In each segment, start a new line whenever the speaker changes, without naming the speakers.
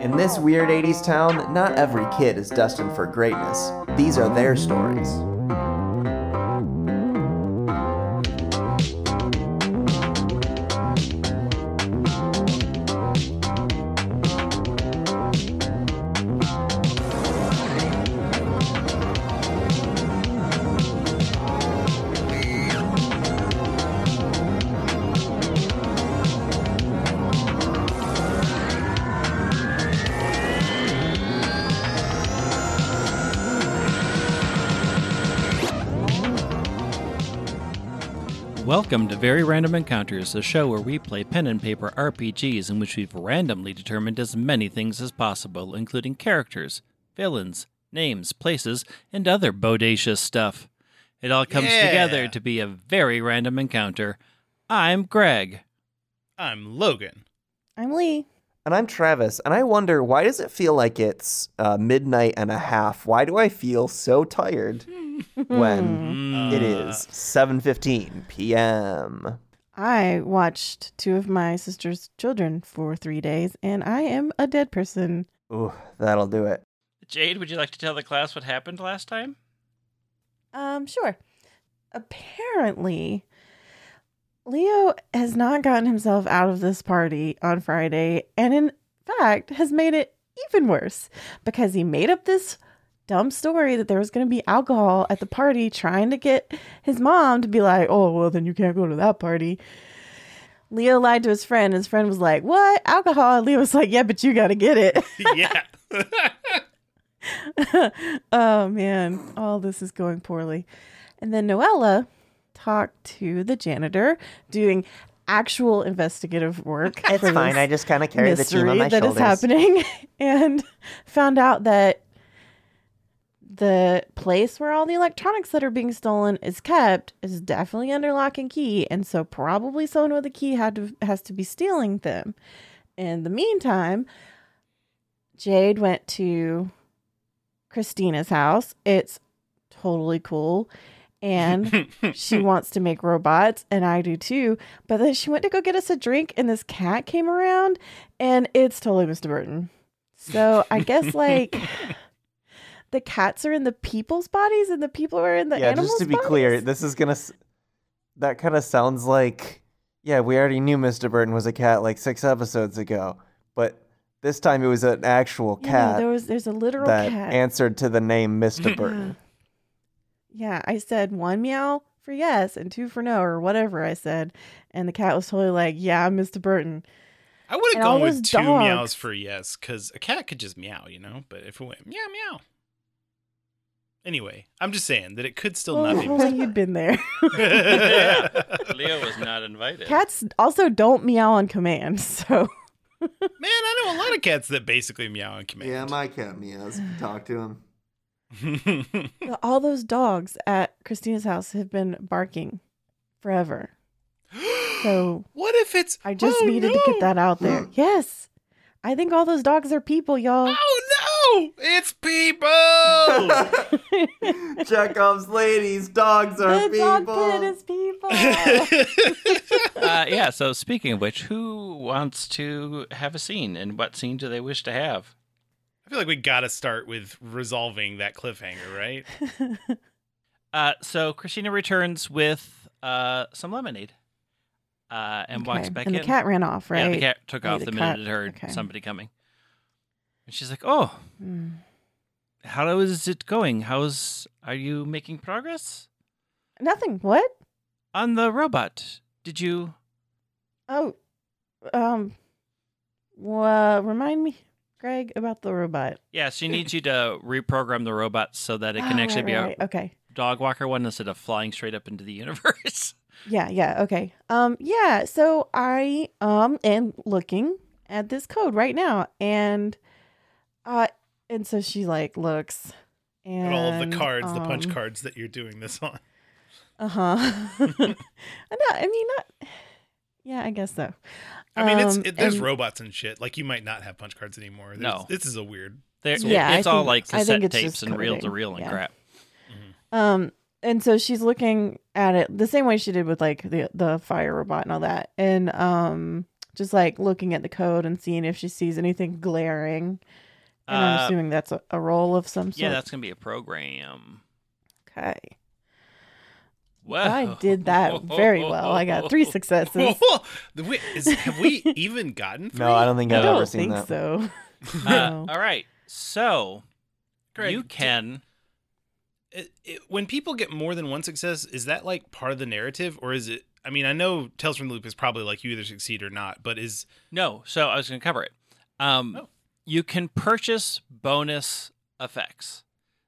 In this weird 80s town, not every kid is destined for greatness. These are their stories.
Welcome to Very Random Encounters, the show where we play pen and paper RPGs in which we've randomly determined as many things as possible, including characters, villains, names, places, and other bodacious stuff. It all comes
Yeah.
together to be a very random encounter. I'm Greg.
I'm Logan.
I'm Lee.
And I'm Travis, and I wonder why does it feel like it's uh, midnight and a half? Why do I feel so tired when Mm. it is 7:15 p.m.
I watched two of my sister's children for three days, and I am a dead person.
Ooh, that'll do it.
Jade, would you like to tell the class what happened last time?
Um, sure. Apparently, Leo has not gotten himself out of this party on Friday, and in fact, has made it even worse because he made up this dumb story that there was going to be alcohol at the party, trying to get his mom to be like, oh, well, then you can't go to that party. Leo lied to his friend. His friend was like, What? Alcohol? And Leo was like, Yeah, but you got to get it.
yeah.
oh man, all this is going poorly. And then Noella talked to the janitor doing actual investigative work.
It's
for
fine.
this
I just kind of carry the team
mystery
on my
that is
shoulders.
happening and found out that the place where all the electronics that are being stolen is kept is definitely under lock and key and so probably someone with a key had to has to be stealing them in the meantime jade went to christina's house it's totally cool and she wants to make robots and I do too. But then she went to go get us a drink and this cat came around and it's totally Mr. Burton. So I guess like the cats are in the people's bodies and the people are in the
yeah,
animals'
just to be clear, this is gonna. s- That kind of sounds like. Yeah, we already knew Mr. Burton was a cat like six episodes ago, but this time it was an actual
yeah,
cat
there was there's a literal
that
cat.
answered to the name Mr. Burton.
Yeah, I said one meow for yes and two for no or whatever I said. And the cat was totally like, Yeah, I'm Mr. Burton.
I would
And
have
all
gone with
those
two
dogs.
meows for yes, because a cat could just meow, you know? But if it went meow, meow. Anyway, I'm just saying that it could still
Well,
not
if
be.
only you'd been there.
Mr.
Uh, Leo was not invited.
Cats also don't meow on command, so
Man, I know a lot of cats that basically meow on command.
cat meows. Talk to him.
my.
Well, All those dogs at Christina's house have been barking forever. So
what if it's.
I just
Oh,
needed to get
no!
that out there. yes. I think all those dogs are people, y'all.
Oh no! It's people!
Chekhov's ladies, dogs are
the dog pit is people.
uh, yeah, so speaking of which, who wants to have a scene and what scene do they wish to have?
I feel like we gotta start with resolving that cliffhanger, right?
Uh, so Christina returns with uh, some lemonade uh, and walks
Okay.
back
and
in.
the cat ran off, right?
Yeah, the cat took
Oh,
off
the
the, minute
cat.
it heard
Okay.
somebody coming. And she's like, "Oh,
Mm.
how is it going? How's are you making progress
Nothing. What?
on the robot? Did you?
Oh, um, well, remind me, Greg, about the robot.
Yeah, she needs you to reprogram the robot so that it can
Ah,
actually
right,
be
right, right. okay.
a dog walker one instead of flying straight up into the universe."
Yeah, yeah, okay. Um yeah, so I um am looking at this code right now and uh and so she like looks and
And all of the cards, the punch
um,
cards that you're doing this on.
Uh-huh. I know, I mean not Yeah, I guess so.
I mean, it's
Um,
it, there's
and-
robots and shit. Like you might not have punch cards anymore. There's,
No.
this is a weird.
There,
Yeah, I
it's all
think-
like
I think
cassette
it's
tapes
just
and reel to
coding,
reel and
yeah.
crap.
Um, and so she's looking at it the same way she did with like the the fire robot and all that. And um, just like looking at the code and seeing if she sees anything glaring. And I'm
Uh,
assuming that's a, a role of some sort.
yeah, that's gonna be a program.
okay.
Whoa.
I did that very well. I got three successes.
The wi- is- have we even gotten three?
No, I don't think
I
I've
don't
ever seen
think
that.
so.
Uh,
No.
all right, so
Greg,
you
d-
can.
it- it- when people get more than one success, is that like part of the narrative, or is it? I mean, I know Tales from the Loop is probably like you either succeed or not, but is
No, so I was going to cover it. Um,
Oh.
You can purchase bonus effects.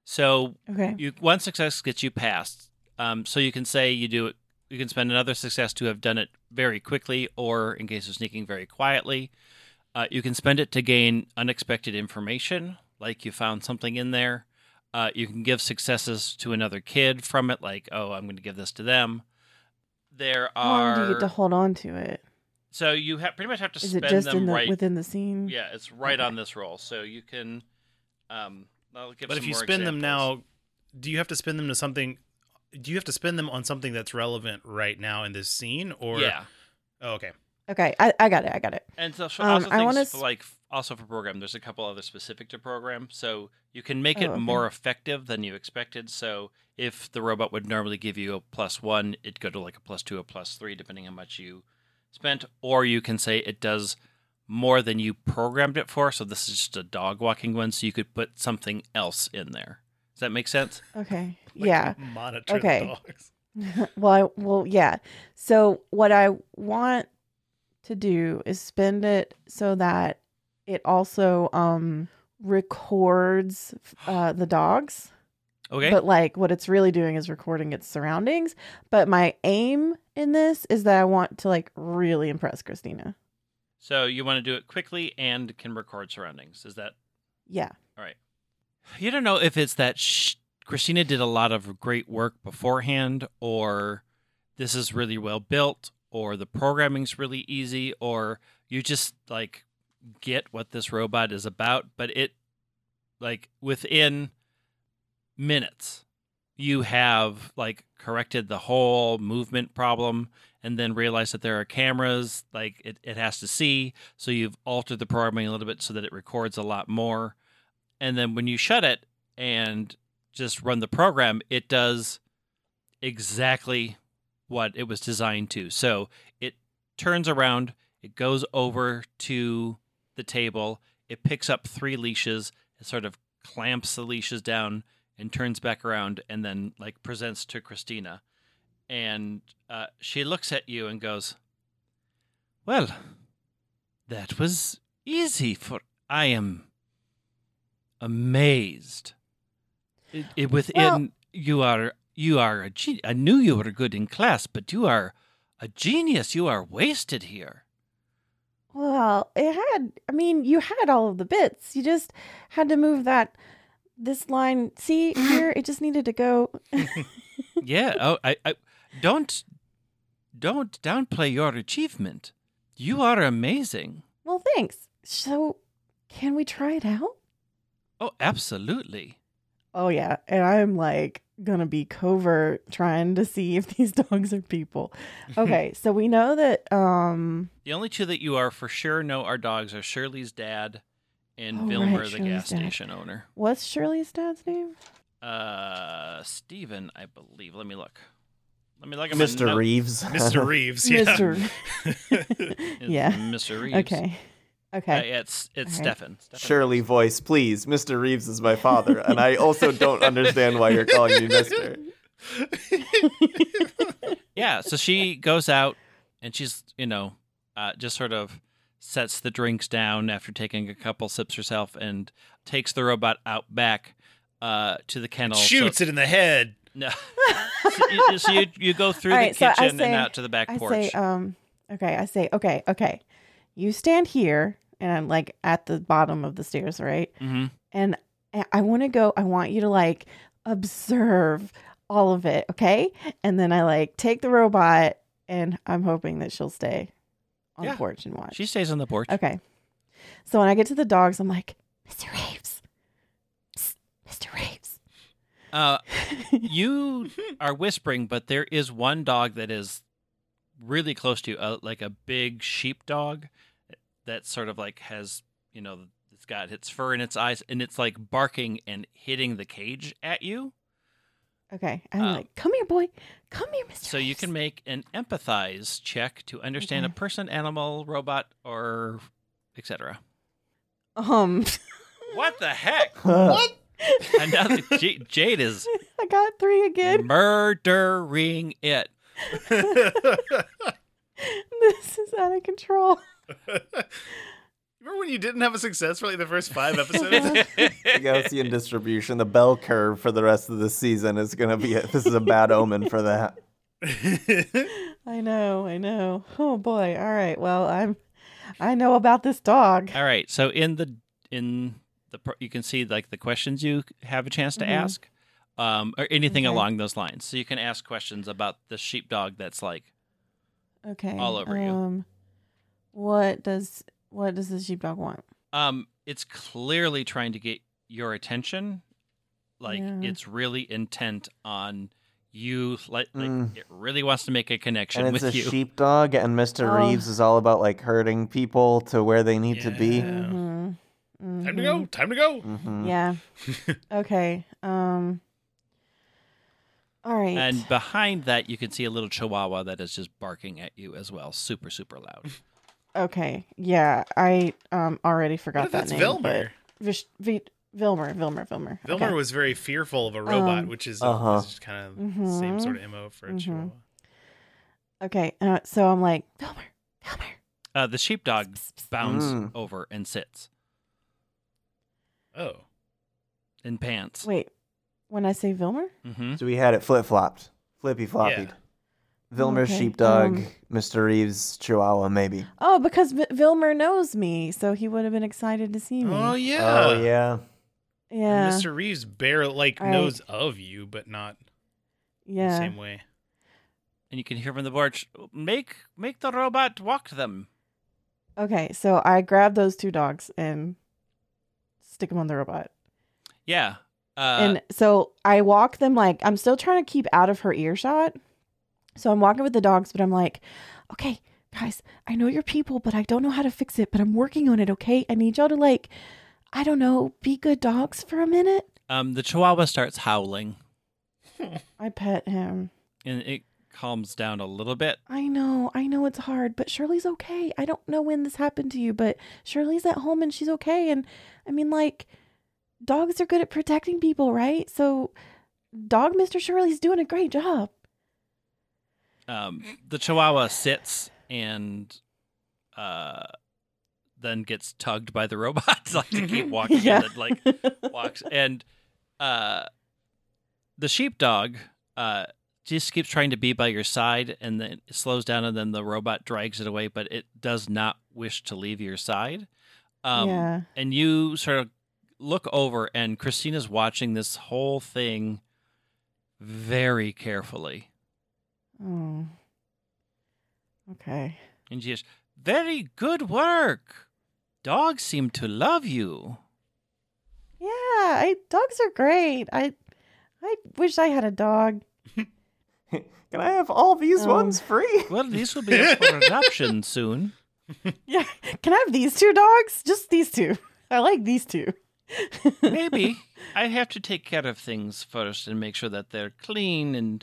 So
Okay.
you one success gets you passed. Um, so you can say you do it. You can spend another success to have done it very quickly, or in case of sneaking, very quietly. Uh, you can spend it to gain unexpected information, like you found something in there. Uh, you can give successes to another kid from it, like, oh, I'm going to give this to them. There
How
are
long do you get to hold on to it?
so you have pretty much have to
Is it
spend
just
them
in the
right
within the scene?
yeah, it's right
Okay.
on this roll. So you can. Um, I'll give
but
some
if you
more
spend them
examples.
now, do you have to spend them to something? Do you have to spend them on something that's relevant right now in this scene, or
yeah,
Oh, okay,
Okay, I, I got it. I got it.
and so for
Um,
also
I
things
wanna
for,
s-
like also for program, there's a couple other specific to program, so you can make it
Oh, okay.
more effective than you expected. So if the robot would normally give you a plus one, it'd go to like a plus two, a plus three, depending how much you spent, or you can say it does more than you programmed it for. So this is just a dog walking one, so you could put something else in there. Does that make sense?
Okay.
Like,
yeah.
monitor
Okay.
the dogs.
well, I, well, yeah. So what I want to do is spend it so that it also um records uh the dogs.
Okay.
But like what it's really doing is recording its surroundings. But my aim in this is that I want to like really impress Christina.
So you want to do it quickly and can record surroundings. Is that
Yeah.
all right? You don't know if it's that sh- Christina did a lot of great work beforehand, or this is really well built, or the programming's really easy, or you just like get what this robot is about. But it, like, within minutes, you have like corrected the whole movement problem and then realize that there are cameras like it, it has to see so you've altered the programming a little bit so that it records a lot more and then when you shut it and just run the program it does exactly what it was designed to so it turns around it goes over to the table it picks up three leashes it sort of clamps the leashes down and turns back around and then like presents to christina and uh, she looks at you and goes, "Well, that was easy. For I am amazed. It, it, within
Well-
you are you are a gen- I knew you were good in class, but you are a genius. You are wasted here.
Well, it had I mean, you had all of the bits. You just had to move that this line see here it just needed to go
yeah. Oh, I, I don't don't downplay your achievement. You are amazing.
Well, thanks. So, can we try it out?
Oh, absolutely."
Oh, yeah. And I'm like going to be covert trying to see if these dogs are people. Okay. so, we know that. um
The only two that you are for sure know are dogs are Shirley's dad and
Oh,
Vilmer,
right,
the
Shirley's
gas
dad.
station owner.
What's Shirley's dad's name?
Uh, Steven, I believe. Let me look. Let me look. at my
Mr.
note.
Reeves.
Mr. Reeves, yeah.
Mr.
It's
yeah.
Mr. Reeves.
Okay.
Uh,
Okay.
yeah, it's it's
All right.
Stefan. Stefan.
Shirley voice, please. Mr. Reeves is my father, and I also don't understand why you're calling me Mister.
Yeah. So she goes out and she's you know uh, just sort of sets the drinks down after taking a couple sips herself and takes the robot out back uh, to the kennel. so-
Shoots it in the head.
No. so you, so you, you go through
All
the
right, so I
kitchen
say-
and out to the back
I
porch.
say, um, okay. I say, okay. Okay. You stand here and I'm like at the bottom of the stairs, right?
hmm
and I- I want to go. I want you to like observe all of it, okay? And then I like take the robot, and I'm hoping that she'll stay on
Yeah.
the porch and watch.
She stays on the porch.
okay. So when I get to the dogs, I'm like, Mr. Reeves, Psst, Mr. Reeves.
Uh, you are whispering, but there is one dog that is really close to you, uh, like a big sheep dog, that sort of like has you know it's got its fur in its eyes and it's like barking and hitting the cage at you.
Okay. I'm
Um,
like, come here, boy. Come here, Mr.
So you
Reeves."
can make an empathize check to understand a
Okay.
person, animal, robot, or etc.
Um,
What the heck?
What?
and now that J- Jade is
I got three again.
murdering it. Mm.
This is out of control.
Remember when you didn't have a success for like the first five episodes?
That's
Gaussian distribution, the bell curve for the rest of the season is going to be. this is a bad omen for that.
I know. I know. Oh boy. All right. Well, I'm. I know about this dog.
All right. So in the in the pro- you can see like the questions you have a chance to
Mhm.
ask, um, or anything
Okay.
along those lines. So you can ask questions about the sheepdog that's like
Okay.
All over you.
um, What does what does the sheepdog want?
um it's clearly trying to get your attention like
Yeah.
it's really intent on you like, like
Mm.
it really wants to make a connection
And it's
with
a
you
sheepdog, and Mr.
Oh.
Reeves is all about like herding people to where they need to be.
Yeah.
Mhm.
time to
Mhm.
go. Time to go.
Mhm.
Mm-hmm. Yeah. okay. Um. All right.
and behind that you can see a little chihuahua that is just barking at you as well super super loud
okay. Yeah. I um already forgot
What if
that
that's
name.
Vilmer.
but Vish, v, Vilmer. Vilmer. Vilmer.
Vilmer
okay.
was very fearful of a robot,
Um,
which is,
Uh-huh.
is just kind of the same
Mhm.
sort of mo for a
Mhm.
chihuahua.
Okay. Uh, so I'm like Vilmer. Vilmer.
uh, the sheepdog
Psst, psst.
bounds
Mm.
over and sits
Oh,
in pants
Wait. When I say Vilmer,
hmm
So we had it flip flopped, flippy floppied.
Yeah.
Vilmer's
Okay,
sheepdog,
um,
Mr. Reeves Chihuahva, maybe.
oh, because v- Vilmer knows me, so he would have been excited to see me.
oh yeah.
Oh yeah.
yeah.
And Mr. Reeves bare like
All right.
knows of you, but not
yeah.
the same way.
and you can hear from the porch make make the robot walk them
Okay, so I grab those two dogs and stick them on the robot.
yeah uh,
and so I walk them like I'm still trying to keep out of her earshot. So I'm walking with the dogs, but I'm like, okay, guys, I know you're people, but I don't know how to fix it, but I'm working on it, okay? I need y'all to like, I don't know, be good dogs for a minute.
um, the chihuahua starts howling
I pet him.
and it calms down a little bit
I know, I know it's hard, but Shirley's okay. I don't know when this happened to you, but Shirley's at home and she's okay. And I mean, like, dogs are good at protecting people, right? So, dog Mr. Shirley's doing a great job.
um, the chihuahua sits and uh, then gets tugged by the robots like to keep walking
Yeah.
and then, like walks and uh, the sheepdog uh, just keeps trying to be by your side and then it slows down and then the robot drags it away but it does not wish to leave your side um,
yeah.
and you sort of look over and christina's watching this whole thing very carefully
Oh. Okay.
And she is, very good work. Dogs seem to love you.
Yeah, I dogs are great. I I wish I had a dog.
Can I have all these
Um,
ones free?
Well, these will be up for adoption soon.
Yeah. Can I have these two dogs? Just these two. I like these two.
Maybe. I have to take care of things first and make sure that they're clean and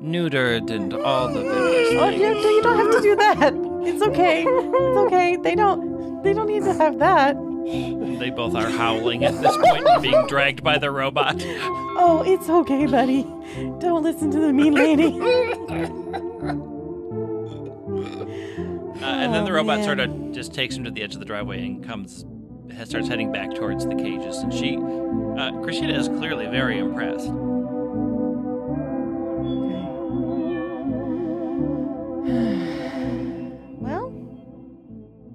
neutered and all the various
Oh, you,
things.
you don't have to do that. It's okay. It's okay. They don't. They don't need to have that.
They both are howling at this point and being dragged by the robot. Uh,
Oh, it's okay, buddy. Don't listen to the mean lady.
Uh, and then the
Oh,
robot
man.
sort of just takes him to the edge of the driveway and comes, ha- starts heading back towards the cages. And she, uh, Christina is clearly very impressed.
Well,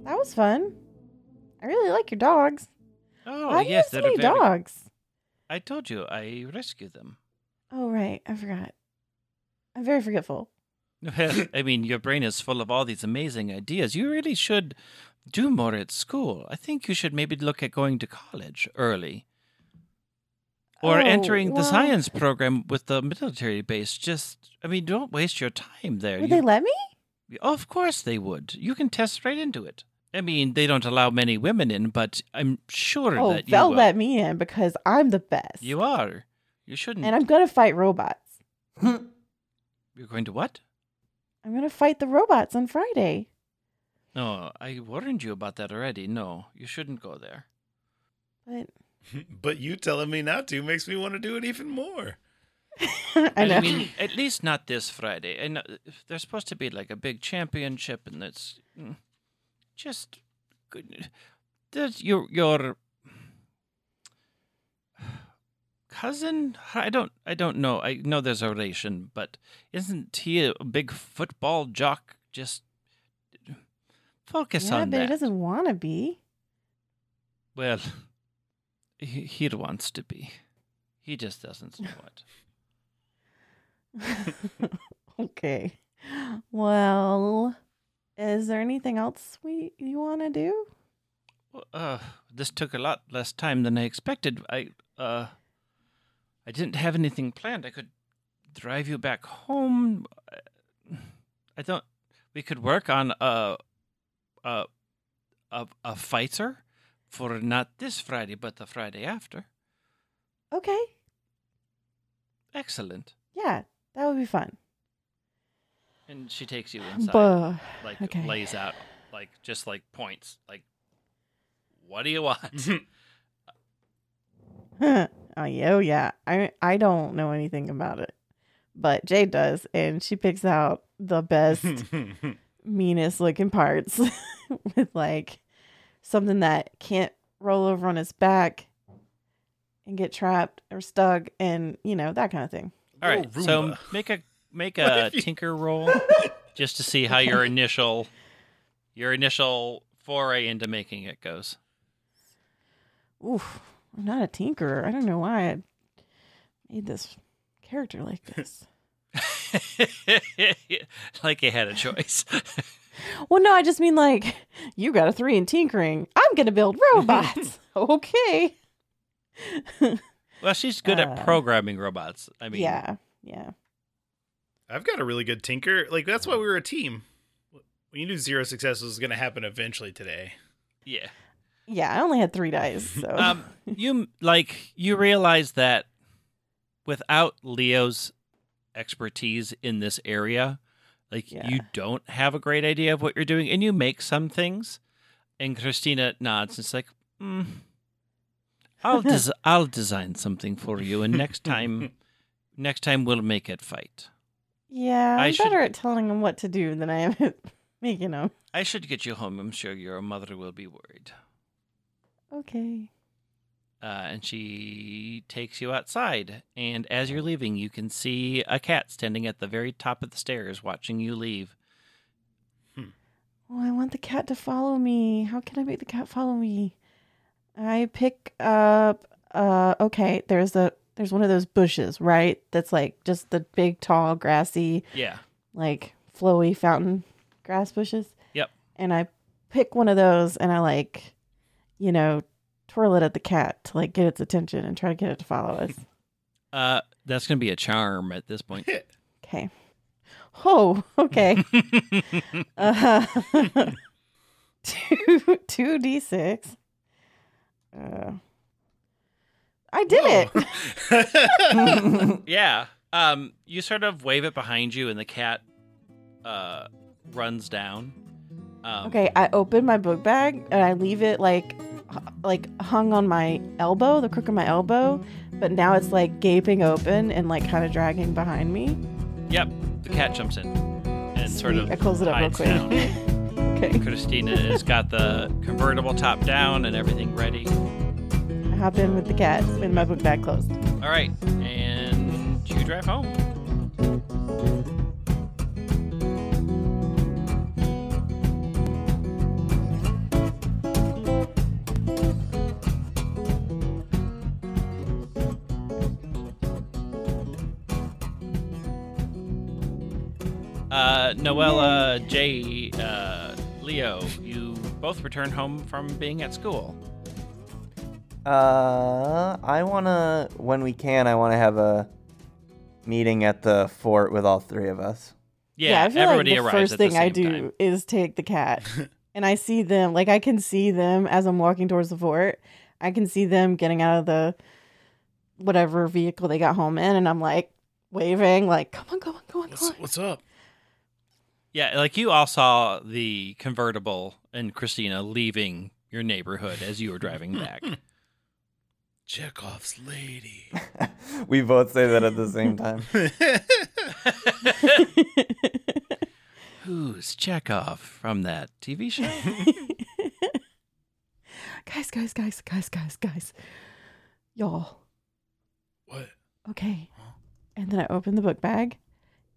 that was fun. I really like your dogs.
Oh,
Why do you
yes,
have
they're
so many
very-
dogs?
I told you I rescued them.
Oh right, I forgot. I'm very forgetful.
I mean, your brain is full of all these amazing ideas. You really should do more at school. I think you should maybe look at going to college early or
Oh,
entering the
well,
science program with the military base. Just, I mean, don't waste your time there.
Would
You-
they let me?
of course they would. You can test right into it. I mean, they don't allow many women in, but I'm sure
Oh,
that you
they'll
will.
let me in because I'm the best.
you are. You shouldn't.
And I'm gonna fight robots.
You're going to what?
I'm gonna fight the robots on Friday.
No, I warned you about that already. No, you shouldn't go there.
But
but you telling me not to makes me want to do it even more.
I
And
know.
mean, at least not this Friday. And uh, there's supposed to be like a big championship, and it's mm, just good. Does your your cousin? I don't. I don't know. I know there's a relation, but isn't he a big football jock? Just focus
yeah,
on
but he
that.
doesn't want to be.
Well, he, he wants to be. He just doesn't know it.
okay. Well, is there anything else we you want to do?
Well, Uh, this took a lot less time than I expected. I uh, I didn't have anything planned. I could drive you back home. I- I don't. We could work on a a a, a fighter for not this Friday, but the Friday after.
Okay.
Excellent.
Yeah, that would be fun.
And she takes you inside,
Buh.
like
okay.
lays out, like just like points, like what do you want?
Huh. oh yeah, oh, yeah. I I don't know anything about it, but Jade does, and she picks out the best, meanest looking parts with like something that can't roll over on its back and get trapped or stuck, and you know that kind of thing.
All right,
Little
so
Roomba.
make a make
What
a
if you-
tinker roll just to see how your initial your initial foray into making it goes.
Oof, I'm not a tinkerer. I don't know why I made this character like this.
like you had a choice.
Well, no, I just mean like you got a three in tinkering. I'm gonna build robots. okay.
well, she's good
Uh,
at programming robots. I mean,
yeah, yeah.
I've got a really good tinker. Like that's why we were a team. We knew zero success was going to happen eventually today.
yeah.
Yeah, I only had three dice, so
Um, you like you realize that without Leo's expertise in this area, like
Yeah.
you don't have a great idea of what you're doing, and you make some things. And Christina nods and is like, mm, "I'll des- I'll design something for you, and next time, next time we'll make it fight.
yeah,
I
I'm
should-
better at telling them what to do than I am at making them.
I should get you home. I'm sure your mother will be worried."
Okay.
uh, and she takes you outside. And as you're leaving, you can see a cat standing at the very top of the stairs watching you leave.
Oh, I want the cat to follow me. How can I make the cat follow me? I pick up. Uh, okay. There's a there's one of those bushes, right? That's like just the big, tall, grassy,
Yeah.
like flowy fountain grass bushes.
Yep.
And I pick one of those and I like, you know, twirl it at the cat to like get its attention and try to get it to follow us.
Uh, that's going to be a charm at this point.
Okay. Oh, okay. uh, two two d six. Uh, I did it.
yeah. Um, you sort of wave it behind you, and the cat uh, runs down. Um,
Okay, I open my book bag and I leave it like h- like hung on my elbow, the crook of my elbow, but now it's like gaping open and like kind of dragging behind me.
Yep. The cat jumps in and sort of
I close it up real
hides
quick.
down.
okay.
Christina has got the convertible top down and everything ready.
I hop in with the cat with my book bag closed.
All right, and you drive home. Uh, Noella, Jay, uh, Leo, you both return home from being at school.
Uh, I wanna when we can. I wanna have a meeting at the fort with all three of us.
Yeah, everybody
the
arrives
first
at
thing
the same
I do
time.
is take the cat and I see them like I can see them as I'm walking towards the fort. I can see them getting out of the whatever vehicle they got home in, and I'm like waving, like "Come on, come on, come on,
What's,
come on!"
what's up?
Yeah, like you all saw the convertible and Christina leaving your neighborhood as you were driving back.
Chekhov's lady.
we both say that at the same time.
Who's Chekhov from that TV show?
guys, guys, guys, guys, guys, guys, y'all.
what?
Okay. And then I open the book bag,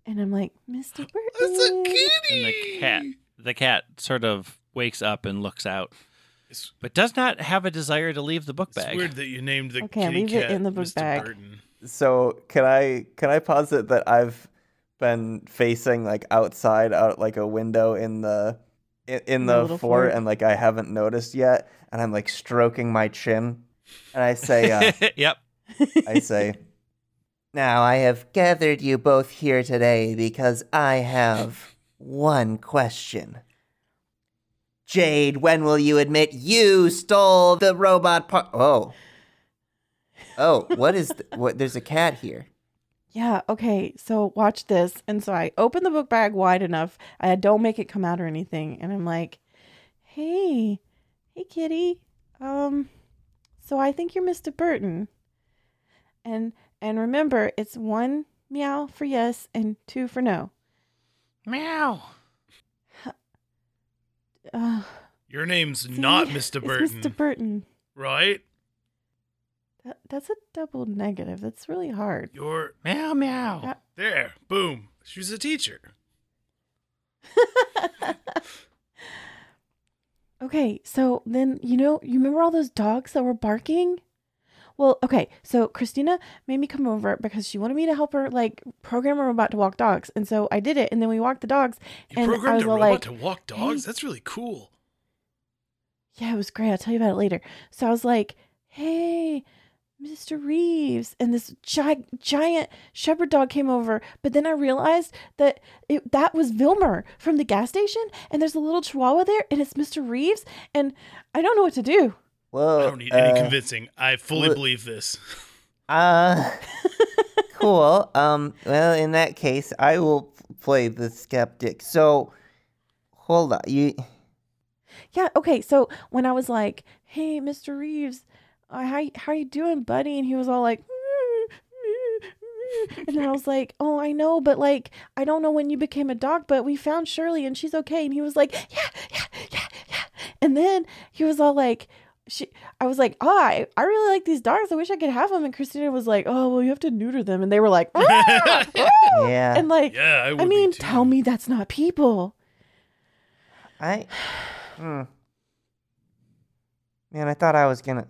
and I'm like, Mr. Burton.
It's a kitty.
And the cat, the cat sort of wakes up and looks out,
It's,
but does not have a desire to leave the book
it's
bag.
weird that you named the
Okay,
kitty
leave it
cat
in the book
Mr.
bag.
Burton.
So can I can I posit that I've been facing like outside out like a window in the in, in
The
the,
little
fort,
fort.
and like I haven't noticed yet and I'm like stroking my chin and I say uh,
yep.
I say Now I have gathered you both here today because I have one question. Jade, when will you admit you stole the robot part? Oh. Oh, what is th- what there's a cat here.
Yeah, okay. So watch this. And so I open the book bag wide enough. I don't make it come out or anything. And I'm like, hey, hey, kitty. Um, so I think you're Mr. Burton. And and remember, it's one meow for yes and two for no.
Meow.
Uh,
Your name's
see?
not Mr.
It's
Burton,
Mr. Burton.
right?
That, that's a double negative. That's really hard.
You're
Meow meow.
there. Boom. She's a teacher.
Okay, so then you know, you remember all those dogs that were barking? Well, okay, so Christina made me come over because she wanted me to help her like program a robot to walk dogs, and so I did it, and then we walked the dogs,
You
and I
programmed
was
a
all
robot
like,
to walk dogs?
"Hey."
That's really cool.
"Yeah, it was great. I'll tell you about it later." So I was like, "Hey, Mr. Reeves," and this gi- giant shepherd dog came over, but then I realized that it, that was Vilmer from the gas station, and there's a little Chihuahua there, and it's Mr. Reeves, and I don't know what to do.
Whoa.
I don't need any
uh,
convincing. I fully
what-
believe this.
Uh, cool. Um, well, in that case, I will p- play the skeptic. So, hold on. You,
Yeah, okay. So when I was like, "Hey, Mr. Reeves, uh, how how you doing, buddy?" and he was all like, and then I was like, "Oh, I know, but like, I don't know when you became a dog, but we found Shirley and she's okay." And he was like, "Yeah, yeah, yeah, yeah." And then he was all like, "She," I was like, "Oh, I, I really like these dogs. I wish I could have them." And Christina was like, "Oh, well, you have to neuter them." And they were like, "Ah, ah."
yeah.
and like,
Yeah, I would
I
be
mean,
too.
tell me that's not people.
I. Hmm. Man, I thought I was gonna.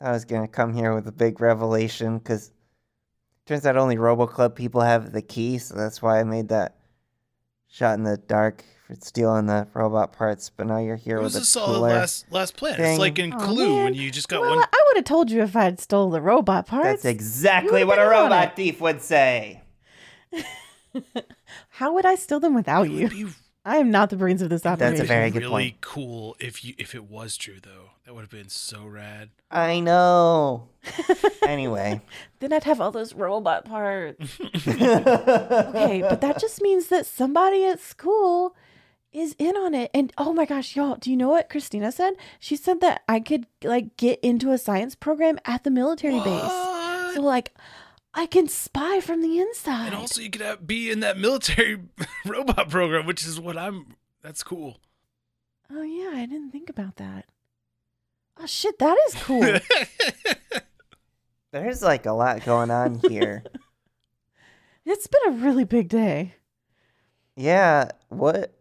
I was gonna come here with a big revelation because turns out only RoboClub people have the key, so that's why I made that shot in the dark for stealing the robot parts. But now you're here
It
with
was
a
a solid
cooler.
last last plan.
thing.
It's like in
Aw,
Clue
Oh, man.
when you just got
well,
one.
I would have told you if I had stole the robot parts.
That's exactly
You
what a
would've been on
robot
it.
thief would say.
How would I steal them without
It would
you?
be
I am not the brains of this
That's a
operation.
very good
really
point.
cool if you if it was true though. That would have been so rad.
I know. anyway.
then I'd have all those robot parts.
okay,
Okay, but that just means that somebody at school is in on it. And oh my gosh, y'all, do you know what Christina said? She said that I could like get into a science program at the military base.
What?
So like I can spy from the inside.
And also, you could have, be in that military robot program, which is what I'm. That's cool.
oh yeah, I didn't think about that. Oh shit, that is cool.
That's
There's like a lot going on here.
it's been a really big day.
yeah, what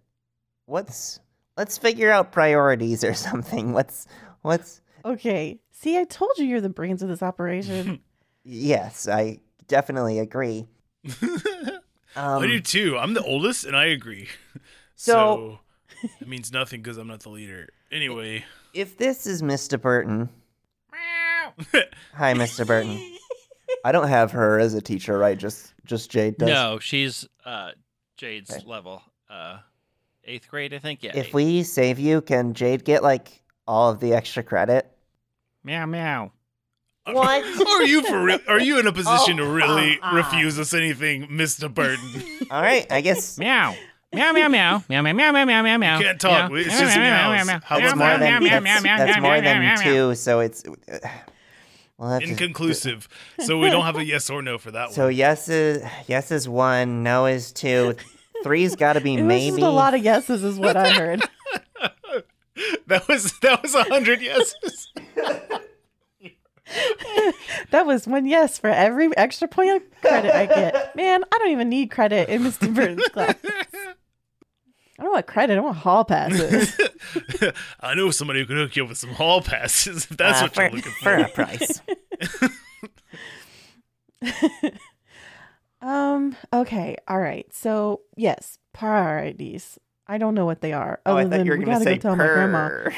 what's let's figure out priorities or something. What's what's
Okay. See, I told you you're the brains of this operation.
yes, I definitely agree. Um
I do too. I'm the oldest, and I agree.
So-
So, it means nothing because I'm not the leader. Anyway,
if this is Mr. Burton, hi Mr. Burton. I don't have her as a teacher, right? Just just Jade does.
No, she's uh, Jade's level. Uh, eighth grade, I think. Yeah.
If
eighth.
we save you, can Jade get like all of the extra credit?
meow meow.
What?
are you for real? Are you in a position to really refuse us anything, Mister Burton?
All right, I guess
Meow. Meow meow meow meow meow meow meow meow meow meow.
You can't talk.
Meow.
It's
Meow,
just
meow, meow,
meows.
meow,
How
meow,
was
that's
meow,
more
mine?
meow,
than
meow,
that's,
meow,
that's
meow,
more
meow, meow,
than
meow.
two. So it's uh, we'll have to-
Inconclusive. So we don't have a yes or no for that
So
one.
yes is yes is one, no is two, three's got to be
It was
maybe.
just a lot of guesses, is what I heard.
That was that was a hundred yeses.
That was one yes for every extra point of credit I get. Man, I don't even need credit in Mr. Burton's class. I don't want credit. I want hall passes.
I know somebody who could hook you up with some hall passes if that's
uh,
what you're
for,
looking
for
for.
a price.
um. Okay. All right. So yes, priorities. I don't know what they are.
oh, I
other
thought
than
you were
we
going to
gotta
say
go tell my grandma.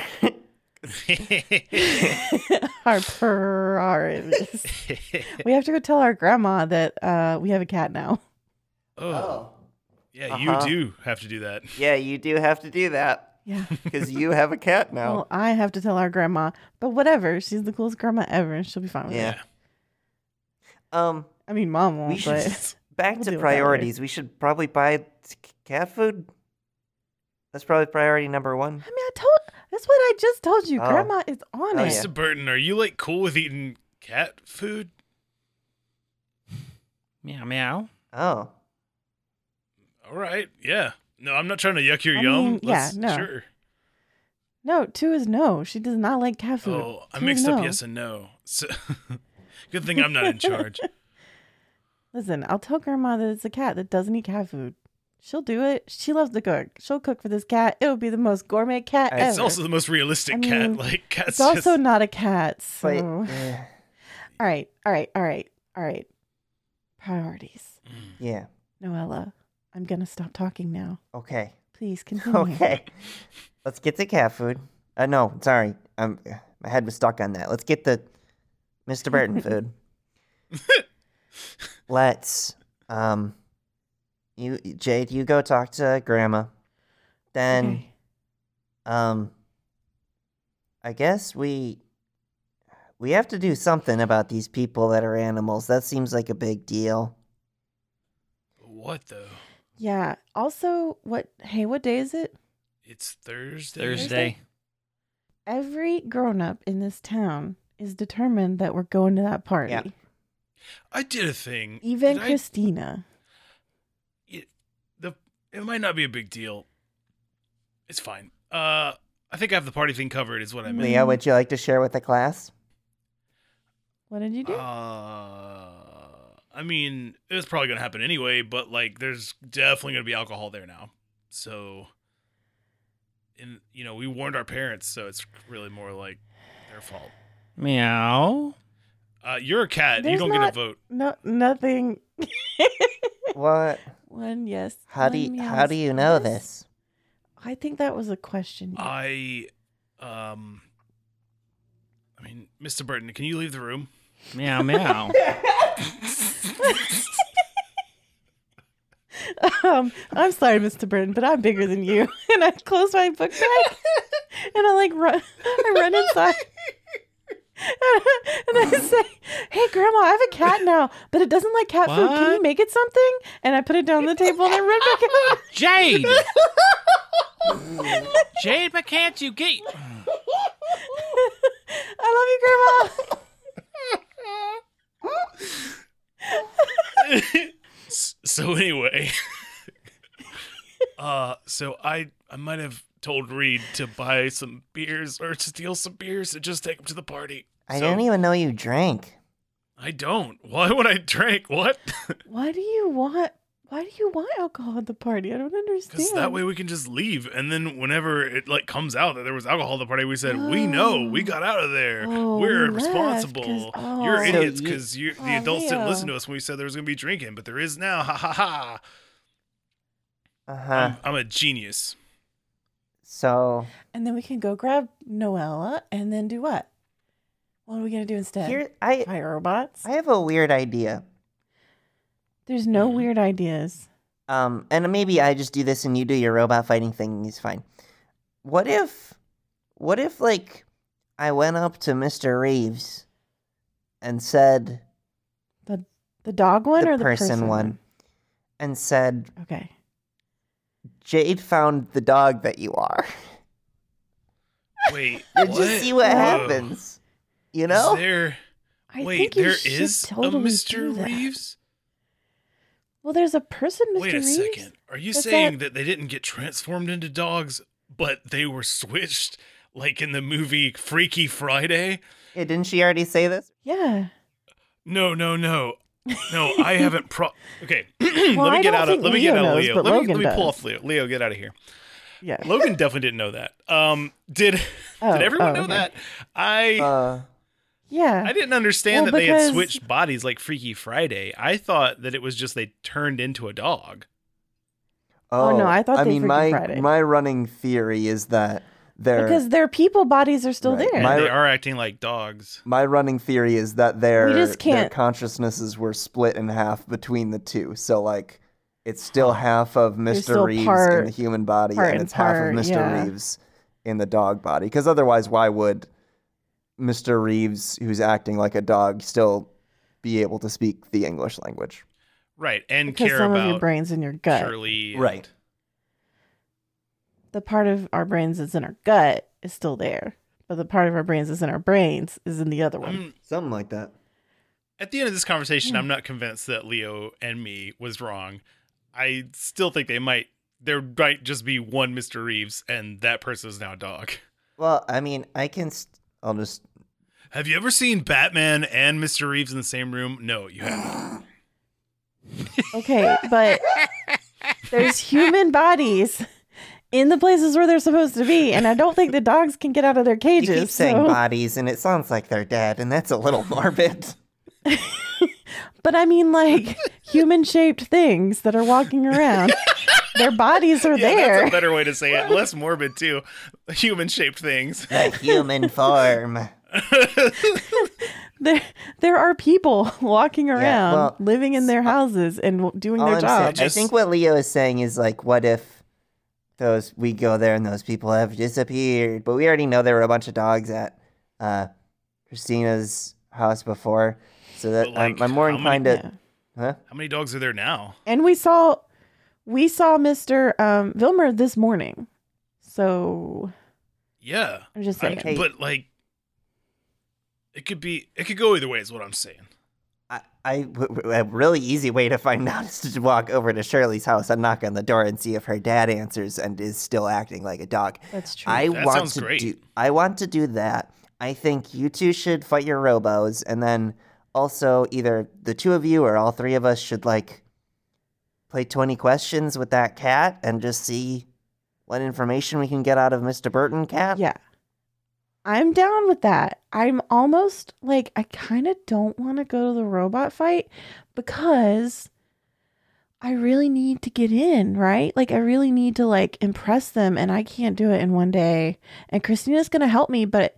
purr.
our priorities. we have to go tell our grandma that uh, we have a cat now.
oh,
Oh,
yeah, you
Uh-huh.
do have to do that.
yeah, you do have to do that
Yeah.
because you have a cat now.
Well, I have to tell our grandma, but whatever. She's the coolest grandma ever, and she'll be fine with it.
yeah. Um,
I mean, mom
we
won't,
should
but
s- back
we'll
to
deal with that later.
priorities. We should probably buy t- cat food. That's probably priority number one.
I mean, I told. That's what I just told you.
Oh.
Grandma is on
Oh,
it.
yeah.
Mr. Burton, are you like cool with eating cat food?
Meow meow.
Oh,
All right, yeah. No, I'm not trying to yuck your
I
yum.
mean, yeah,
Let's-
no.
Sure.
No, two is no. She does not like cat food.
Oh, I
Two is
mixed up
no.
yes and no. So, good thing I'm not in charge.
Listen, I'll tell grandma that it's a cat that doesn't eat cat food. She'll do it. She loves to cook. She'll cook for this cat. It'll be the most gourmet cat
It's
ever.
It's also the most realistic
I
cat.
mean,
Like cats.
It's also
just-
not a cat. So.
but eh,
All right, all right, all right, all right. Priorities.
Mm.
yeah.
Noella, I'm going to stop talking now.
Okay.
Please continue.
Okay. Let's get the cat food. Uh, no, sorry. I'm, my head was stuck on that. Let's get the Mr. Burton food. Let's um you Jade, you go talk to grandma. Then
Okay.
um I guess we we have to do something about these people that are animals. That seems like a big deal.
What though?
Yeah. Also, what, hey, what day is it?
It's Thursday.
Thursday.
Every grown up in this town is determined that we're going to that party.
Yeah.
I did a thing.
Even
Did I-
Christina.
it, the it might not be a big deal. It's fine. Uh, I think I have the party thing covered. Is what I meant.
Leah, would you like to share with the class?
What did you do?
Uh, I mean, it's probably gonna happen anyway. But like, there's definitely gonna be alcohol there now. So, and you know, we warned our parents, so it's really more like their fault.
Meow.
Uh, you're a cat. you
There's
don't
not-
get a vote.
no, nothing.
What?
One yes.
How do
one
you, how do
yes,
you know
yes.
this?
I think that was a question.
I, um, I mean, Mr. Burton, can you leave the room?
Meow meow.
Um, I'm sorry, Mr. Burton, but I'm bigger than you. And I close my book bag and I like run I run inside. And I say, Hey grandma, I have a cat now, but it doesn't like cat food. Can
What?
you make it something? And I put it down on the table and I run back out.
Jade. Jade, but can't you get?
I love you, grandma.
S- so anyway, uh, so I I might have told Reed to buy some beers or to steal some beers and just take them to the party.
I
So-
don't
e-
even know you drank.
I don't. Why would I drink? What?
Why do you want why do you want alcohol at the party? I don't understand.
Because that way we can just leave, and then whenever it like comes out that there was alcohol at the party, we said we know we got out of there.
Oh,
We're
we left 'cause-
responsible. You're
oh.
So
idiots
you-
because you, the
Aw,
adults didn't
Leo.
listen to us when we said there was gonna be drinking, but there is now. Ha ha ha!
Uh huh.
Uh-huh.
I'm, I'm a genius.
So
And then we can go grab Noella and then do what? What are we gonna do instead?
here, I
Fire robots.
I have a weird idea.
There's no weird ideas.
Um, and maybe I just do this and you do your robot fighting thing. It's fine. What if, what if like, I went up to Mister Reeves, and said
The dog one
the
or the
person, one, and said
Okay.
Jade found the dog that you are.
Wait,
And
what?
just see what
Whoa.
happens. You know?
Is there,
I
wait,
think you
there
should
is
totally
a
do
Mr.
that.
Reeves?
Well, there's a person, Mr.
Wait a
Reeves.
second. Are you
That's
saying
that-
that they didn't get transformed into dogs, but they were switched like in the movie Freaky Friday?
Yeah, Eh, didn't she already say this?
Yeah.
No, no, no. No, I haven't pro Okay.
Well,
let me
I
get
don't
out of
think
let me
Leo
get out of
knows,
Leo.
but
Let me,
Logan
let me pull
does.
off Leo. Leo, get out of here.
Yeah.
Logan definitely didn't know that. Um did
Oh,
did everyone
oh,
know
okay.
that? I
Uh,
Yeah.
I didn't understand
Well,
that they
because-
had switched bodies like Freaky Friday. I thought that it was just they turned into a dog.
Oh, no, I thought they
mean,
freaking
my
Friday.
my running theory is that they're
because their people bodies are still
Right.
there.
And
My-
they are acting like dogs.
my running theory is that their
We just
their
can't-
consciousnesses were split in half between the two. So like it's still half of Mr.
still
Reeves in
part-
the human body
part
and
and
it's
part,
half of Mr.
yeah.
Reeves in the dog body. Cuz otherwise why would Mr. Reeves who's acting like a dog still be able to speak the English language?
Right. And
because
care
some
about
of your brain's in your gut.
Shirley. and-
The part of our brains that's in our gut is still there, but the part of our brains that's in our brains is in the other one.
Mm.
I'm-
Something like that.
at the end of this
Hmm.
conversation, I'm not convinced that Leo and me was wrong. I still think they might. There might just be one Mr. Reeves, and that person is now a dog.
well, I mean, I can. St- I'll just.
Have you ever seen Batman and Mr. Reeves in the same room? No, you haven't.
Okay, but there's human bodies in the places where they're supposed to be, and I don't think the dogs can get out of their
You
cages.
keep saying
so-
bodies, and it sounds like they're dead, and that's a little morbid.
But I mean, like human shaped things that are walking around. Their bodies are
Yeah,
there.
that's a better way to say it. Less morbid too. Human shaped things.
the human form.
there, there are people walking around,
well,
living in their houses and w- doing
All
their
I'm saying-
job.
I think what Leo is saying is like, what if those we go there and those people have disappeared? But we already know there were a bunch of dogs at uh, Christina's house before, so that
But,
I'm,
like,
I'm more
how
inclined
Yeah.
to. Huh?
How many dogs are there now?
And we saw, we saw Mister um, Vilmer this morning. So
Yeah.
I'm just
I'm-
saying.
Okay.
but like, it could be. It could go either way. Is what I'm saying.
I, I- w- w- a really easy way to find out is to walk over to Shirley's house and knock on the door and see if her dad answers and is still acting like a dog.
That's true.
I
That
want
sounds
to
great.
do. I want to do that. I think you two should fight your robos, and then also either the two of you or all three of us should like play twenty questions with that cat and just see what information we can get out of Mister Burton cat.
yeah. I'm down with that. I'm almost like I kind of don't want to go to the robot fight because I really need to get in, right? Like I really need to like impress them and I can't do it in one day. And Christina's going to help me, but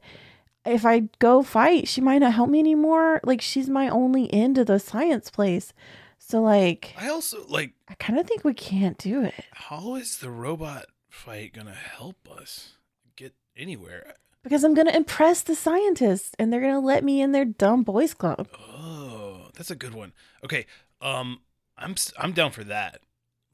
if I go fight, she might not help me anymore. Like she's my only end to the science place. So like
I also like.
I kind of think we can't do it.
How is the robot fight gonna help us get anywhere?
Because I'm going to impress the scientists and they're going to let me in their dumb boys club.
Oh, that's a good one. Okay, um, I'm s- I'm down for that.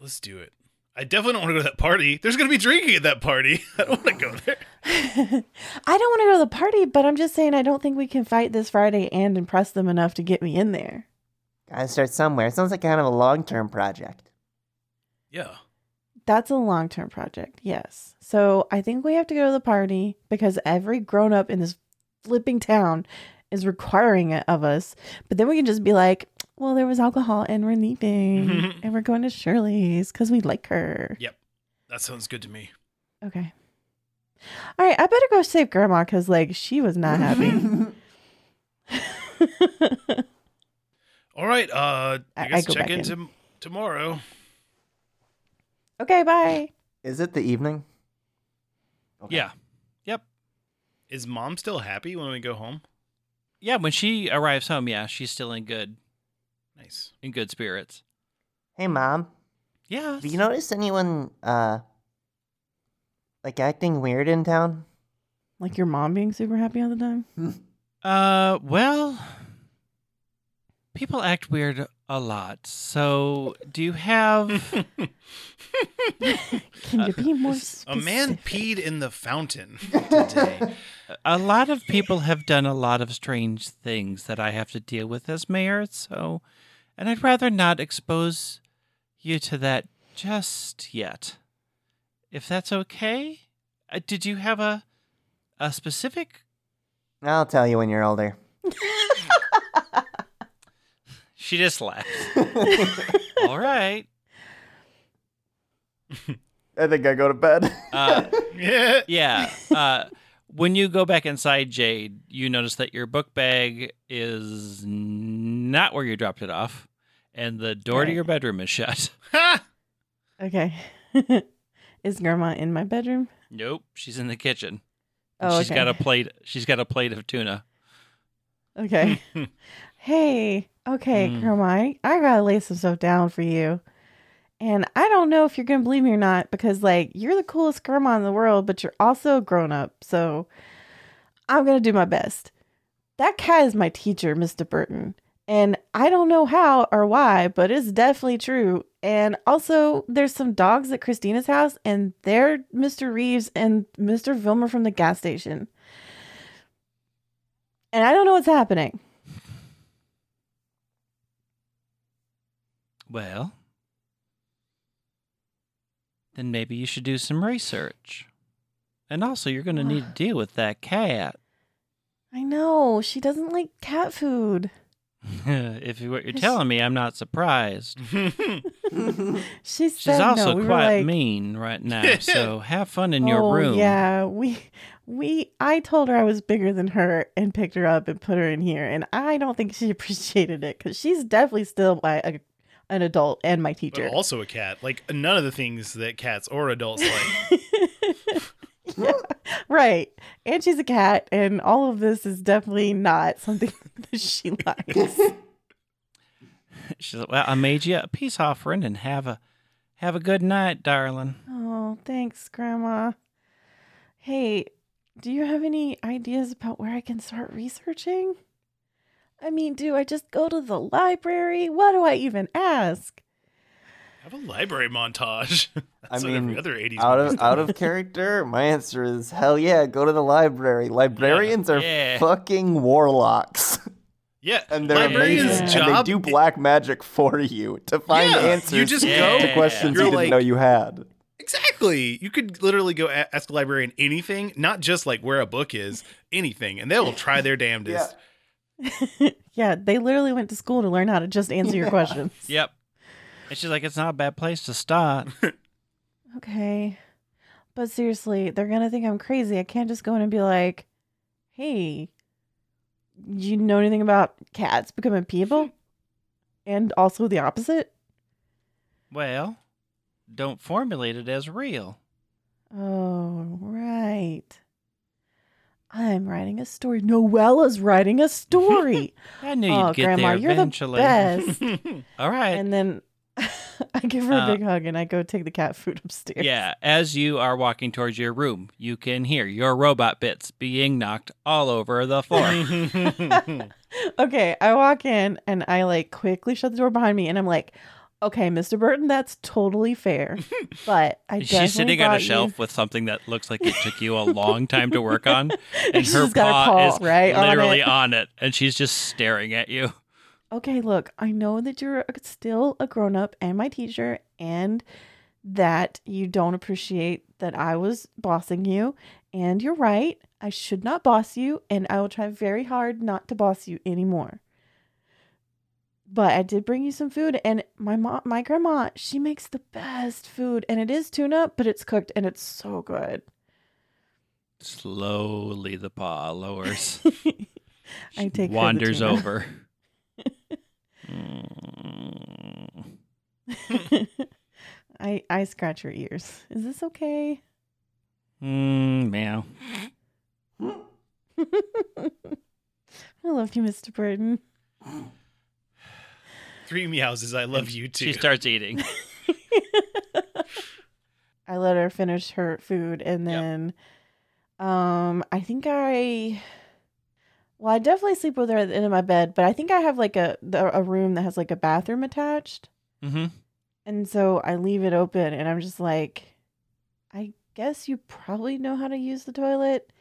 Let's do it. I definitely don't want to go to that party. There's gonna be drinking at that party. I don't want to go there.
I don't want to go to the party, but I'm just saying I don't think we can fight this Friday and impress them enough to get me in there.
gotta start somewhere. It sounds like kind of a long-term project.
Yeah.
That's a long term project, yes. So I think we have to go to the party because every grown up in this flipping town is requiring it of us. But then we can just be like, well, there was alcohol and we're leaving and we're going to Shirley's because we like her.
Yep. That sounds good to me.
Okay. All right, I better go save grandma because, like, she was not happy.
All right. Uh,
I- I
I guess
go
check
back
in,
in.
tom- tomorrow.
okay, bye.
Is it the evening?
Yeah. Yep.
Is mom still happy when we go home?
Yeah, when she arrives home, yeah, she's still in good
Nice.
in good spirits.
Hey, mom.
Yeah.
Have you noticed anyone uh like acting weird in town?
Like your mom being super happy all the time?
Uh, well, people act weird a lot. So, do you have?
Can you be more
Uh, A
specific?
man peed in the fountain today.
a lot of people have done a lot of strange things that I have to deal with as mayor. So, and I'd rather not expose you to that just yet. If that's okay, uh, did you have a a specific?
I'll tell you when you're older.
She just laughed. All right.
I think I go to bed.
Uh,
yeah.
Yeah. Uh, when you go back inside, Jade, you notice that your book bag is not where you dropped it off, and the door to
Right.
your bedroom is shut.
Ha!
Okay. Is grandma in my bedroom?
Nope, she's in the kitchen.
Oh,
She's
okay.
got a plate. She's got a plate of tuna.
Okay. hey, okay,
Mm.
grandma, I, I gotta lay some stuff down for you. And I don't know if you're gonna believe me or not because, like, you're the coolest grandma in the world, but you're also a grown up. So I'm gonna do my best. That cat is my teacher, Mr. Burton. And I don't know how or why, but it's definitely true. And also, there's some dogs at Christina's house, and they're Mr. Reeves and Mr. Vilmer from the gas station. And I don't know what's happening.
Well, then maybe you should do some research. And also, you're going to need to deal with that cat.
I know. She doesn't like cat food.
if you, what you're telling me, I'm not surprised.
She said
She's also
no. We
quite
were like,
mean right now. So have fun in your
"Oh,
room.
Yeah, we we I told her I was bigger than her and picked her up and put her in here and I don't think she appreciated it cuz she's definitely still my a, an adult and my
But
teacher.
also a cat. Like none of the things that cats or adults like.
Yeah, right. And she's a cat and all of this is definitely not something that she likes.
She's like, "Well, I made you a peace offering, and have a have a good night, darling."
Oh, thanks, Grandma. Hey, do you have any ideas about where I can start researching? I mean, do I just go to the library? What do I even ask?
Have a library montage. That's
I
what every
mean,
other 80s
out
movie
of
is.
out of character, my answer is hell yeah, go to the library. Librarians are
yeah.
fucking warlocks.
Yeah.
And they're
librarian's
amazing.
job
and they do black magic for you to find
Yeah, you
answers
just
go.
to questions
You're
you didn't
like-
know you had.
Exactly. You could literally go a- ask a librarian anything, not just like where a book is, anything, and they will try their damnedest.
Yeah, they literally went to school to learn how to just answer your questions.
Yep. And she's like, "It's not a bad place to start."
Okay. But seriously, they're going to think I'm crazy. I can't just go in and be like, hey, you know anything about cats becoming people? And also the opposite?
well, don't formulate it as real.
Oh, right. I'm writing a story. Noella's writing a story.
I knew
oh,
you'd get
Grandma,
there
you're
eventually.
the best.
All right.
and then I give her a
Uh,
big hug and I go take the cat food upstairs.
yeah, as you are walking towards your room, you can hear your robot bits being knocked all over the floor.
Okay, I walk in and I like quickly shut the door behind me and I'm like, okay, Mr. Burton, that's totally fair. but I definitely
She's sitting on a
brought you-
shelf with something that looks like it took you a long time to work on, and
She's
her
got a
paw
paw
is
right on
literally
it.
on it, and she's just staring at you.
okay, look, I know that you're still a grown up and my teacher, and that you don't appreciate that I was bossing you. And you're right, I should not boss you, and I will try very hard not to boss you anymore. But I did bring you some food, and my mom, my grandma, she makes the best food, and it is tuna, but it's cooked and it's so good.
Slowly, the paw lowers.
I take her the
wanders
tuna.
over. Mm.
I I scratch her ears. Is this okay?
Mm, meow.
I love you, Mr. Burton.
Three meows is I love you too.
She starts eating.
I let her finish her food and
Yep.
then um I think I well, I definitely sleep with her at the end of my bed, but I think I have like a the- a room that has like a bathroom attached.
Mm-hmm.
And so I leave it open and I'm just like, I guess you probably know how to use the toilet.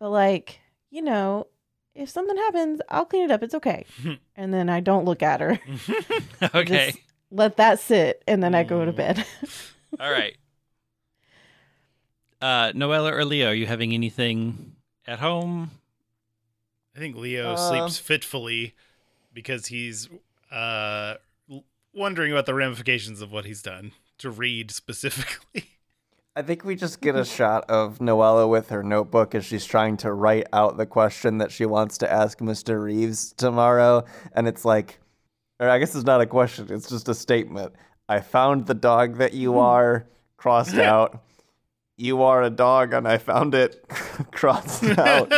But like, you know, if something happens, I'll clean it up. It's okay. and then I don't look at her.
okay.
Just let that sit and then I go to
Mm.
bed.
All right. Uh, Noella or Leo, are you having anything at home?
I think Leo
Uh,
sleeps fitfully because he's uh, l- wondering about the ramifications of what he's done to read specifically.
I think we just get a shot of Noella with her notebook as she's trying to write out the question that she wants to ask Mr. Reeves tomorrow. And it's like, or I guess it's not a question, it's just a statement. I found the dog that
Hmm.
you are, crossed out. You are a dog, and I found it, crossed out.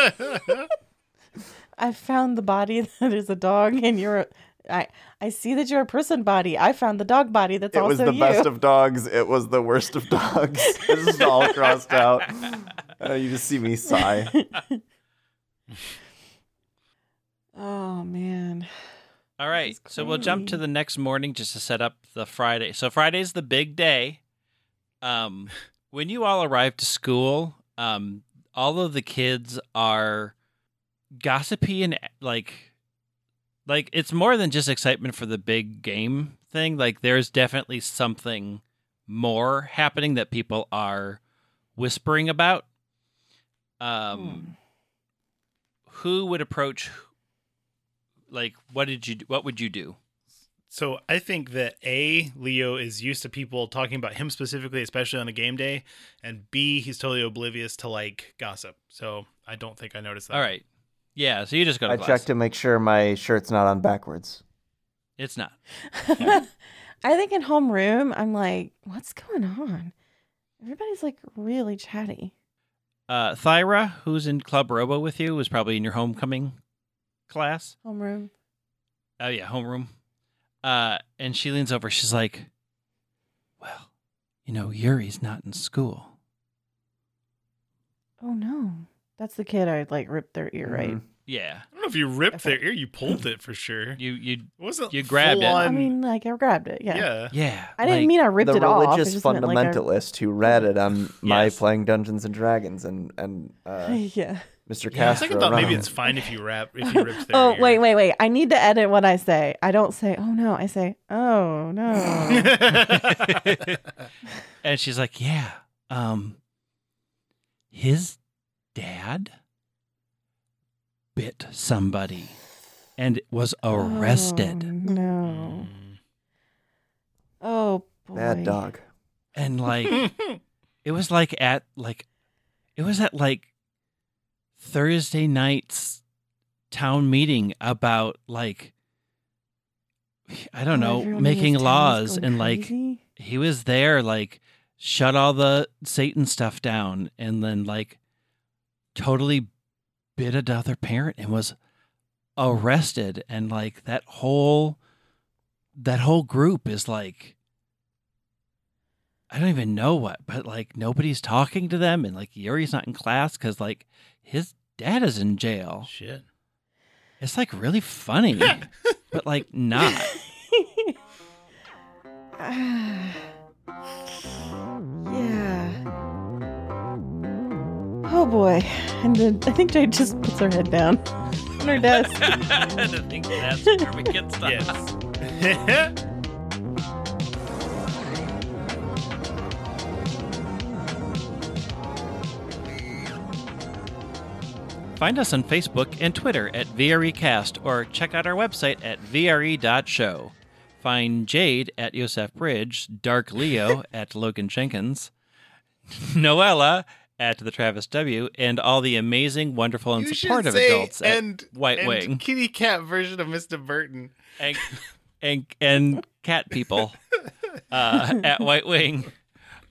I found the body that is a dog and you're a- I I see that you're a person body. I found the dog body that's
It
also
was the
you.
best of dogs. It was the worst of dogs. it's just all crossed out. Uh, you just see me sigh.
oh man.
All right.
is
So we'll jump to
crazy.
the next morning just to set up the Friday. So Friday's the big day. Um, when you all arrive to school, um, all of the kids are gossipy and like, like it's more than just excitement for the big game thing. Like there's definitely something more happening that people are whispering about. Um, who would approach like what did you do? what would you do
So I think that A, Leo is used to people talking about him specifically, especially on a game day, and B, he's totally oblivious to like gossip. So I don't think I noticed that.
all right yeah so you just go to
I
class.
checked to make sure my shirt's not on backwards.
it's not
Hmm. I think in homeroom, I'm like, what's going on? Everybody's like really chatty.
uh thyra who's in club robo with you was probably in your homecoming class
Homeroom.
oh yeah homeroom uh and she leans over she's like well you know yuri's not in school
Oh no. That's the kid I like ripped their ear, right?
Mm-hmm.
Mhm.
yeah
I don't know if you ripped their ear, you pulled it for sure. It
you you
wasn't
you grabbed it.
full
I
on-
mean, like I grabbed it. Yeah.
yeah.
Um, yeah
I didn't
like-
mean I ripped
the
it off. I
religious
just meant, like, I-
fundamentalist who read it on my
Yes.
playing Dungeons and Dragons and and uh,
yeah.
Mr.
Yeah.
Castro.
It's like I thought maybe
around.
it's fine if you rap if you ripped their
Oh
ear.
wait, wait, wait! I need to edit what I say. I don't say "oh no," I say "oh no."
and she's like yeah um his dad bit somebody and was arrested
Oh, no.
Hmm.
Oh boy.
Bad dog.
and like it was like at like it was at like Thursday night's town meeting about like I don't know
Oh, Everyone in this
making
town is
laws
going
and like
crazy.
he was there like shut all the satan stuff down and then like totally bit another parent and was arrested and like that whole that whole group is like i don't even know what but like nobody's talking to them and like yuri's not in class because like his dad is in jail
Shit.
it's like really funny but like not
Ah. yeah. Oh boy. And then I think Jade just puts her head down on her desk.
i think that's where we get stuck
Yes.
Find us on Facebook and Twitter at VREcast or check out our website at VRE.show. Find Jade at Yosef Bridge, Dark Leo at Logan Jenkins, Noella at the Travis W, and all the amazing, wonderful, and
You should
supportive
say,
adults at
and,
White
and
Wing.
Kitty cat version of Mr. Burton.
and, and, and cat people uh, at White Wing.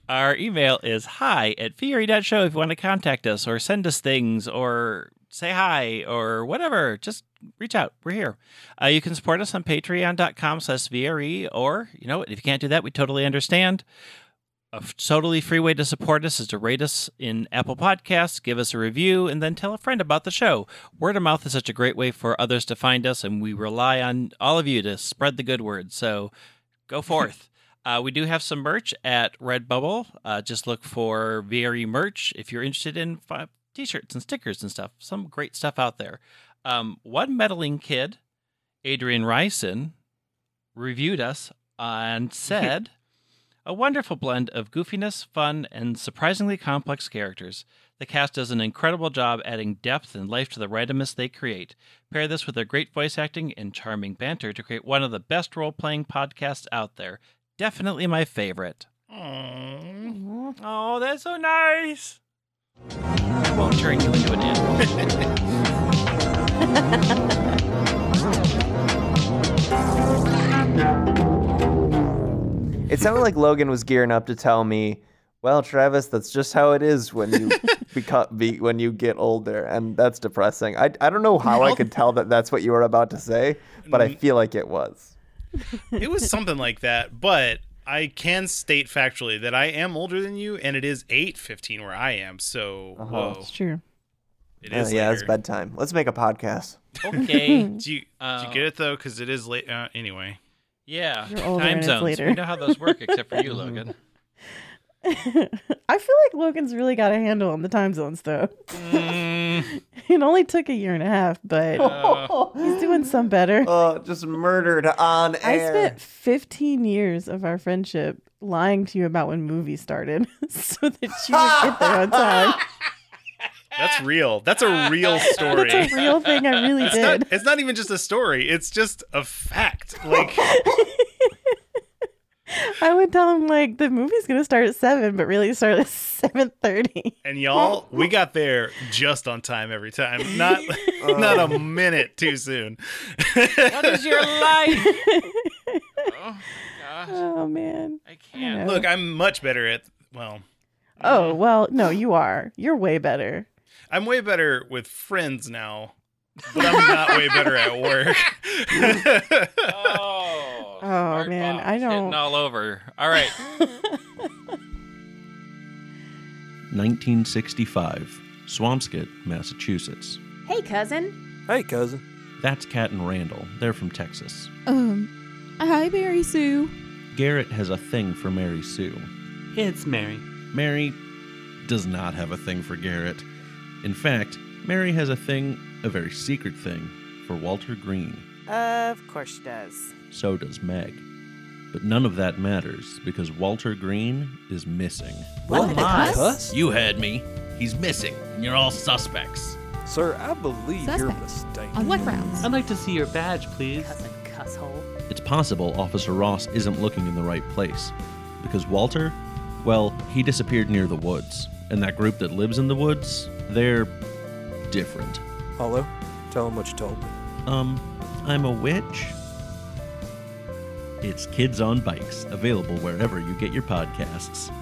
Our email is hi at fury.show if you want to contact us or send us things or say hi or whatever. Just reach out. We're here. Uh, you can support us on patreon.com slash VRE or, you know, if you can't do that, we totally understand. A f- totally free way to support us is to rate us in Apple Podcasts, give us a review, and then tell a friend about the show. Word of mouth is such a great way for others to find us, and we rely on all of you to spread the good word. So go forth. Uh, we do have some merch at Redbubble. Uh, just look for Very Merch if you're interested in fi- t-shirts and stickers and stuff. Some great stuff out there. Um, one meddling kid, Adrian Ryson, reviewed us and said, "A wonderful blend of goofiness, fun, and surprisingly complex characters. The cast does an incredible job adding depth and life to the randomness they create. Pair this with their great voice acting and charming banter to create one of the best role-playing podcasts out there. Definitely my favorite."
Aww.
Oh, that's so nice. I won't turn you into an animal.
It sounded like Logan was gearing up to tell me, "Well, Travis, that's just how it is when you become be, when you get older, and that's depressing." I I don't know how I could tell that that's what you were about to say, but
Mm.
I feel like it was.
it was something like that, but I can state factually that I am older than you, and it is eight fifteen where I am. So whoa,
It's true.
it
Uh,
is.
Uh-huh. yeah, it's
later.
bedtime. Let's make a podcast.
Okay.
Do you, do
Uh,
you get it though? Because it is late. Uh, anyway,
Yeah.
You're older and
Time
it's
zones.
later.
We know how those work, except for you, Logan.
I feel like Logan's really got a handle on the time zones, though.
Mm,
It only took a year and a half, but
uh,
he's doing some better.
Oh, just murdered on
I
air.
spent 15 years of our friendship lying to you about when movies started so that you would get there on time.
that's real. That's a real story.
That's a real thing I really
it's, not,
did.
it's not even just a story. It's just a fact. Like
I would tell him like the movie's gonna start at seven, but really it started at seven thirty.
And y'all, we got there just on time every time. Not
Oh.
not a minute too soon.
what is your life? oh, gosh.
Oh man.
I can't.
Look, I'm much better at well,
Oh well, no, you are. You're way better.
I'm way better with friends now, but I'm not way better at work.
Oh,
Oh,
smart
man,
bomb.
I
It's hitting
don't-
all over. All right.
1965, Swampscott, Massachusetts.
Hey, cousin.
Hey, cousin.
That's Cat and Randall. They're from Texas.
Um, hi, Mary Sue.
Garrett has a thing for Mary Sue.
It's Mary.
Mary does not have a thing for Garrett. In fact, Mary has a thing, a very secret thing, for Walter Green.
Of course she does.
So does Meg. But none of that matters because Walter Green is missing.
What the cuss?
You heard me. He's missing, and you're all suspects.
Sir, I believe you're
Suspect.
mistaken.
On what grounds?
I'd like to see your badge, please.
Cousin cusshole.
It's possible Officer Ross isn't looking in the right place. Because Walter, well, he disappeared near the woods. And that group that lives in the woods, they're different.
Hello? Tell him what you told me.
Um, I'm a witch? It's Kids on Bikes, available wherever you get your podcasts.